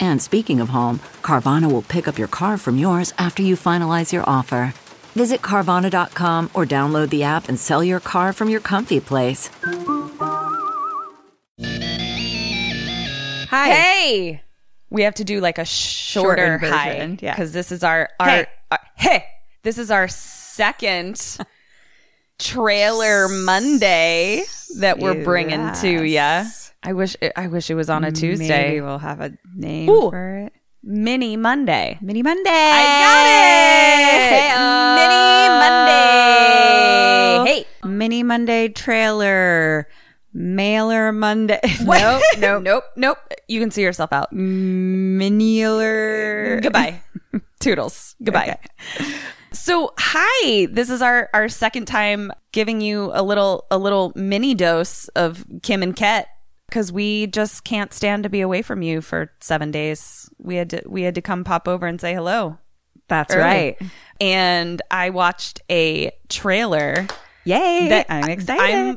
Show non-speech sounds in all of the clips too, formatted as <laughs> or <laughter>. And speaking of home, Carvana will pick up your car from yours after you finalize your offer. Visit Carvana.com or download the app and sell your car from your comfy place. Hi. Hey. We have to do like a shorter Shortened hi version, yeah. because this is our our Hey. our- hey. This is our <laughs> second trailer Monday that we're bringing to ya. Yes. I wish it, I wish it was on a Maybe Tuesday. we'll have a name Ooh. for it. Mini Monday. Mini Monday. I got it. Mini Monday. uh, Hey. Mini Monday trailer. Mailer Monday. <laughs> Nope, nope, nope, nope. You can see yourself out. Minialer. Goodbye. <laughs> Toodles. Goodbye. So, hi. This is our our second time giving you a little a little mini dose of Kim and Ket cuz we just can't stand to be away from you for 7 days. We had to we had to come pop over and say hello. That's early. right. And I watched a trailer Yay. that I'm excited.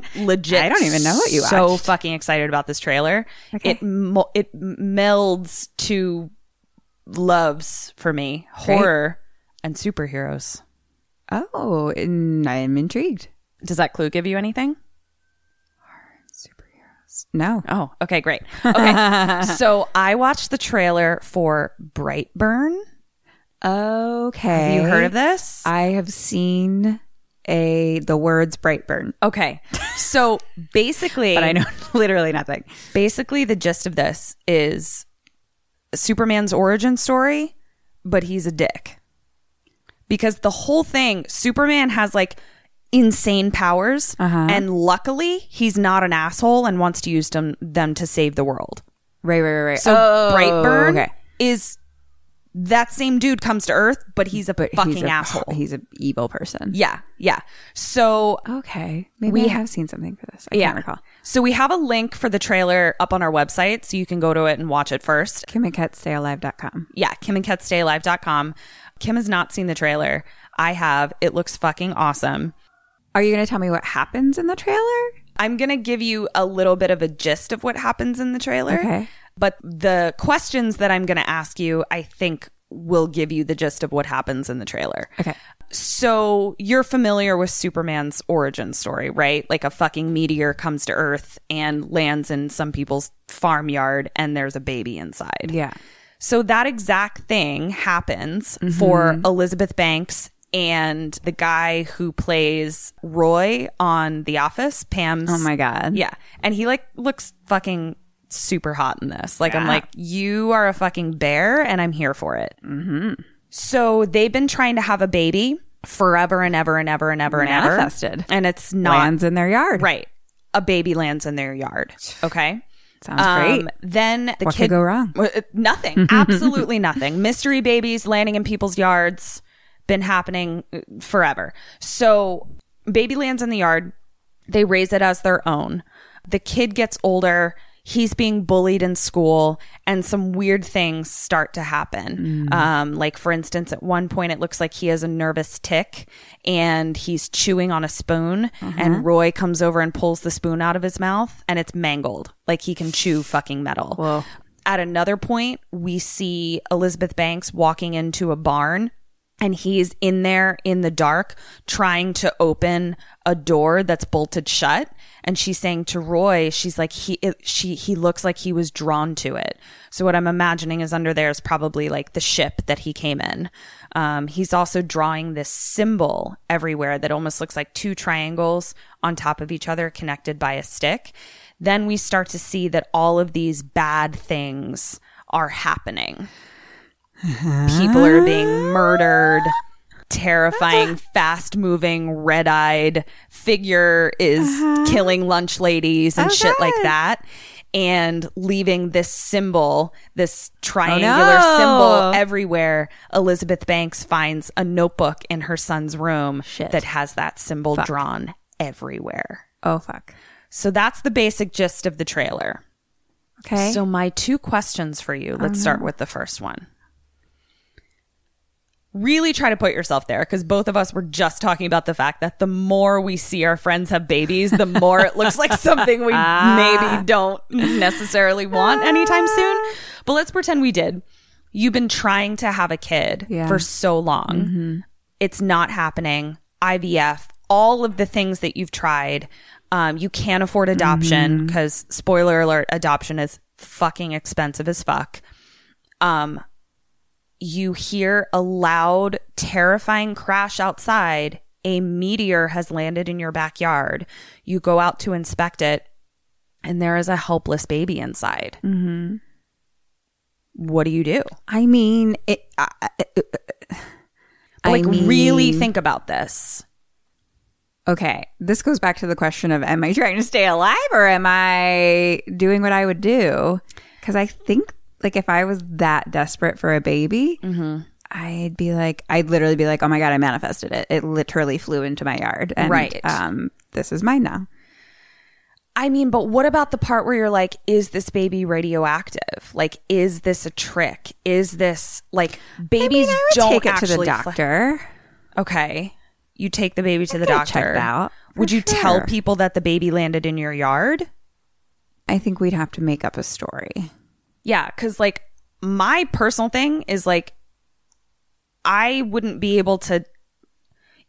I'm legit. I don't even know what you so watched. fucking excited about this trailer. It mo- it melds two loves for me: Great. horror and superheroes. oh, and I'm intrigued. Does that clue give you anything? No. Oh, okay, great. <laughs> Okay, so I watched the trailer for Brightburn. Okay. Have you heard of this? I have seen a the words Brightburn, okay, so basically, <laughs> but I know literally nothing. basically the gist of this is Superman's origin story, but he's a dick. Because the whole thing, Superman has like insane powers, Uh-huh. and luckily he's not an asshole and wants to use them, them to save the world. Right, right, right, right. So Brightburn Oh, okay. is that same dude comes to Earth, but he's a fucking he's a, asshole. <laughs> He's an evil person. yeah, yeah. So Okay. Maybe We we ha- have seen something for this. I can't recall. So we have a link for the trailer up on our website, so you can go to it and watch it first. KimandKatStayAlive.com. yeah, Kim and Kat stay alive.com. Kim has not seen the trailer. I have. It looks fucking awesome. Are you going to tell me what happens in the trailer? I'm going to give you a little bit of a gist of what happens in the trailer. Okay. But the questions that I'm going to ask you, I think, will give you the gist of what happens in the trailer. Okay. So you're familiar with Superman's origin story, right? Like a fucking meteor comes to Earth and lands in some people's farmyard and there's a baby inside. Yeah. So that exact thing happens Mm-hmm. for Elizabeth Banks and the guy who plays Roy on The Office, Pam's. Oh my God. Yeah. And he like looks fucking super hot in this. Like I'm like, you are a fucking bear and I'm here for it. Mm-hmm. So they've been trying to have a baby forever and ever and ever and ever and ever. Manifested. And it's not Lands in their yard. right. A baby lands in their <sighs> yard. Okay. Um, Sounds great. Then the What could kid go wrong? Well, uh, <laughs> Nothing. Absolutely nothing. Mystery babies landing in people's yards been happening uh, forever. So baby lands in the yard. They raise it as their own. The kid gets older. He's being bullied in school, and some weird things start to happen. Um, like, for instance, at one point, it looks like he has a nervous tick and he's chewing on a spoon, and Roy comes over and pulls the spoon out of his mouth, and it's mangled. Like, he can chew fucking metal. At another point, we see Elizabeth Banks walking into a barn and he's in there in the dark trying to open a door that's bolted shut and she's saying to Roy she's like he it, she he looks like he was drawn to it so what i'm imagining is under there is probably like the ship that he came in um, he's also drawing this symbol everywhere that almost looks like two triangles on top of each other connected by a stick then we start to see that all of these bad things are happening people are being murdered terrifying fast moving red eyed figure is killing lunch ladies and shit like that and leaving this symbol this triangular no. symbol everywhere elizabeth banks finds a notebook in her son's room that has that symbol drawn everywhere Oh fuck. so that's the basic gist of the trailer Okay. Uh-huh. so, my two questions for you. Let's start with the first one. Really try to put yourself there because both of us were just talking about the fact that the more we see our friends have babies, the more it looks like something <laughs> we maybe don't necessarily want anytime <laughs> soon. But let's pretend we did. You've been trying to have a kid Yeah. Mm-hmm. for so long, it's not happening. IVF, all of the things that you've tried. Um, you can't afford Mm-hmm. adoption because, spoiler alert, adoption is fucking expensive as fuck. Um, you hear a loud, terrifying crash outside. A meteor has landed in your backyard. You go out to inspect it, and there is a helpless baby inside. Mm-hmm. What do you do? I mean, it, I, I Like, really mean- think about this. okay. This goes back to the question of am I trying to stay alive or am I doing what I would do? Because I think like if I was that desperate for a baby, Mm-hmm. I'd be like, I'd literally be like, oh my god, I manifested it. It literally flew into my yard, and Right. um, this is mine now. I mean, but what about the part where you're like, is this baby radioactive? Like, is this a trick? Is this like babies I mean, I would don't take it to the actually fl- doctor. okay, you take the baby to the get it doctor. checked out, Would for you tell sure. people that the baby landed in your yard? I think we'd have to make up a story. Yeah, because like my personal thing is like, I wouldn't be able to.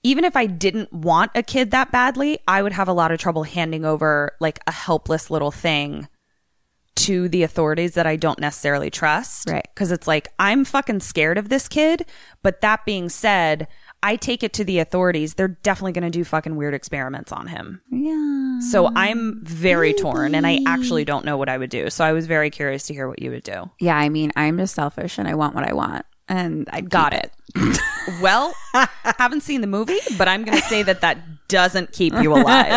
Even if I didn't want a kid that badly, I would have a lot of trouble handing over like a helpless little thing to the authorities that I don't necessarily trust. Right. Because it's like, I'm fucking scared of this kid. But that being said, I take it to the authorities. They're definitely going to do fucking weird experiments on him. Yeah. So I'm very torn and I actually don't know what I would do. So I was very curious to hear what you would do. Yeah, I mean, I'm just selfish and I want what I want. And I Got it. well, haven't seen the movie, but I'm going to say that that doesn't keep you alive.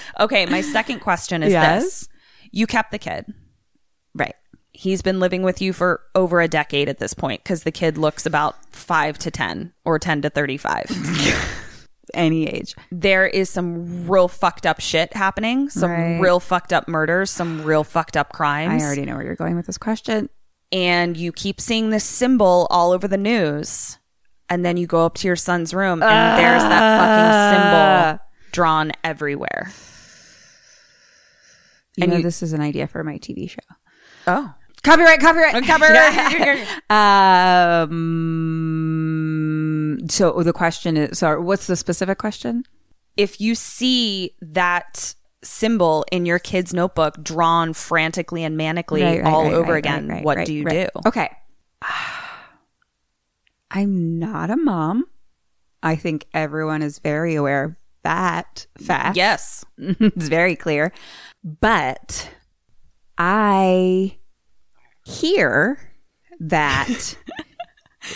<laughs> okay, my second question is this. You kept the kid. Right. He's been living with you for over a decade at this point because the kid looks about 5 to 10 or 10 to 35. <laughs> Any age. <laughs> there is some real fucked up shit happening, some Right. real fucked up murders, some real fucked up crimes. I already know where you're going with this question. and you keep seeing this symbol all over the news. And then you go up to your son's room and Ah. there's that fucking symbol drawn everywhere. You And know, you- this is an idea for my TV show. Oh. Copyright, copyright, <laughs> Copyright. um, so the question is, sorry, what's the specific question? If you see that symbol in your kid's notebook drawn frantically and manically all over right, again, right, right, what right, do you right. do? Okay. <sighs> I'm not a mom. I think everyone is very aware of that fact. Yes. <laughs> it's very clear. But I hear <laughs> that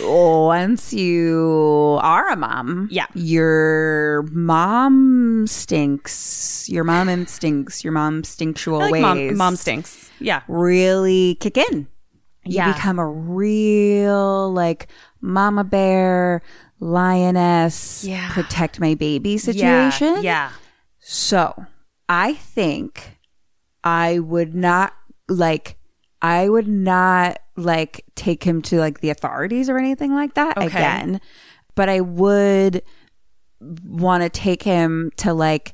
once you are a mom, Yeah. your mom stinks. Your mom instincts. Your mom stinctual Like ways. mom, mom stinks. Yeah. really kick in. You Yeah. become a real like mama bear, lioness, Yeah. protect my baby situation. Yeah. yeah. So I think I would not like I would not like take him to like the authorities or anything like that Okay. again. But I would want to take him to like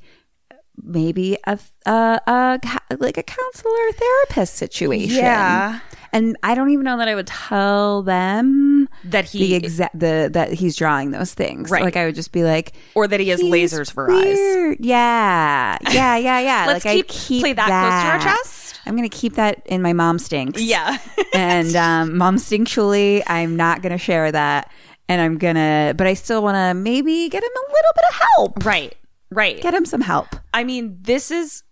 maybe a, a, a ca- like a counselor therapist situation. Yeah. And I don't even know that I would tell them That he- the exact the that he's drawing those things. Right. Like I would just be like, Or that he has "He's lasers for eyes. weird." Yeah, yeah, yeah, yeah. <laughs> Let's like I keep- keep play that close to our chest. I'm gonna keep that in my mom stinks. Yeah. <laughs> <laughs> and um, mom stinktually, I'm not gonna share that. And I'm gonna, but I still want to maybe get him a little bit of help. Right. Right. Get him some help. I mean, this is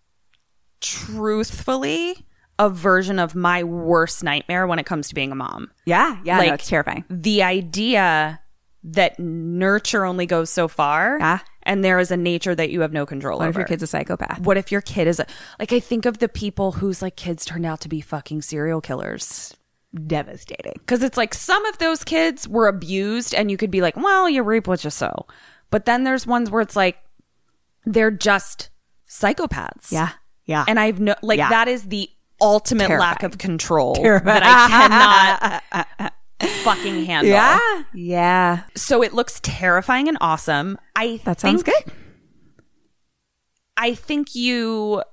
truthfully a version of my worst nightmare when it comes to being a mom. Yeah, yeah, Like- no, it's terrifying. The idea that nurture only goes so far Yeah. and there is a nature that you have no control What if over. your kid's a psychopath? what if your kid is a, like I think of the people whose like kids turned out to be fucking serial killers. Devastating. Cuz it's like some of those kids were abused and you could be like, "Well, you reap what you sow." But then there's ones where it's like they're just psychopaths. Yeah, yeah. And I've no like Yeah. that is the ultimate lack Terrifying. of control that I <laughs> cannot fucking handle. yeah, yeah. So it looks terrifying and awesome. I That sounds think- good. I think you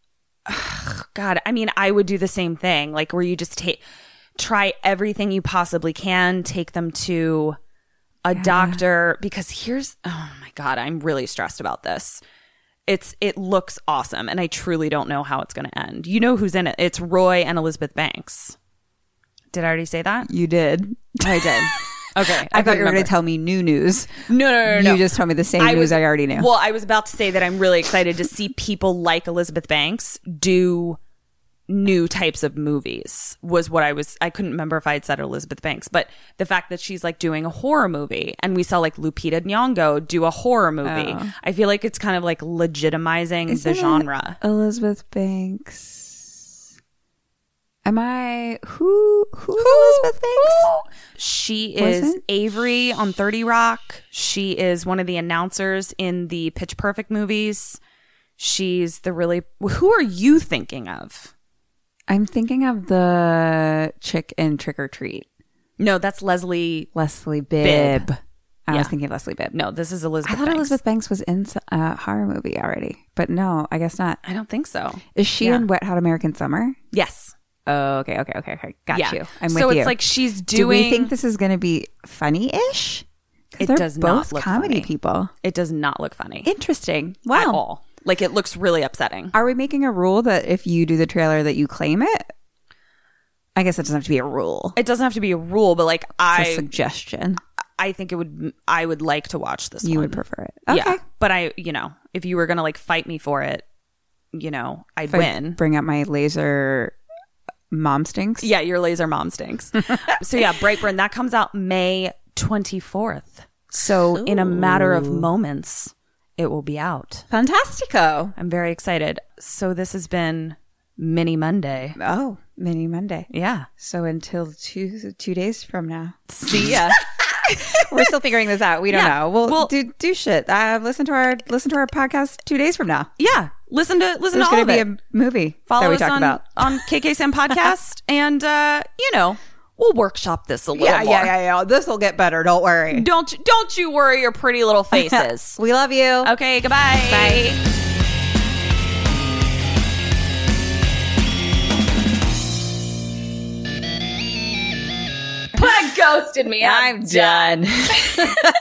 <sighs> Ugh, God, I mean, I would do the same thing, like where you just take try everything you possibly can, take them to a doctor because here's oh my god, I'm really stressed about this. It's it looks awesome and I truly don't know how it's going to end. You know who's in it? It's Roy and Elizabeth Banks. Did I already say that? You did. <laughs> I did. Okay. I, thought you were remember. going to tell me new news. No, no, no, no. You just told me the same news I already knew. Well, I was about to say that I'm really excited to see people like Elizabeth Banks do new types of movies was what I was I couldn't remember if I had said Elizabeth Banks, but the fact that she's like doing a horror movie and we saw like Lupita Nyong'o do a horror movie. Oh. I feel like it's kind of like legitimizing the genre. Elizabeth Banks. Am I who? Who, Elizabeth Banks? She is Wasn't Avery on 30 Rock. She is one of the announcers in the Pitch Perfect movies. She's the really Who are you thinking of? I'm thinking of the chick in Trick or Treat, No, that's Leslie. Leslie Bibb. Bibb. I was Yeah. thinking of Leslie Bibb. No, this is I Elizabeth. thought Banks. Elizabeth Banks was in a horror movie already, but no, I guess not. I don't think so. Is she in Wet Hot American Summer? Yes. Oh, okay, okay, okay, okay. Got Yeah. you. I'm so with it's you. like she's doing do we think this is going to be funny-ish? 'Cause It they're does not both look comedy funny. people. it does not look funny Interesting. at Wow. all. Like it looks really upsetting. Are we making a rule that if you do the trailer that you claim it? I guess it doesn't have to be a rule. It doesn't have to be a rule, but like It's a I suggestion. I think it would I would like to watch this You one. would prefer it. Okay. Yeah. But I, you know, if you were going to like fight me for it, you know, I'd If I win. Bring out my laser mom stinks. yeah, your laser mom <laughs> stinks. so yeah, Brightburn, that comes out May 24th. So in a matter of moments, it will be out. Fantastico. I'm very excited. So this has been Mini Monday. Oh, mini Monday. Yeah. So until two two days from <laughs> now, See ya. we're still figuring this out. We don't Yeah. know. We'll, Well- do do shit. Uh, listen to our listen to our podcast two days from now. yeah. Listen to listen There's to all going of to be it. a movie Follow that we us talk on about. on <laughs> KKSM podcast and uh, you know, we'll workshop this a little more. yeah, yeah. This will get better. Don't worry. Don't don't you worry your pretty <laughs> little faces. We love you. okay, goodbye. Bye. I'm done.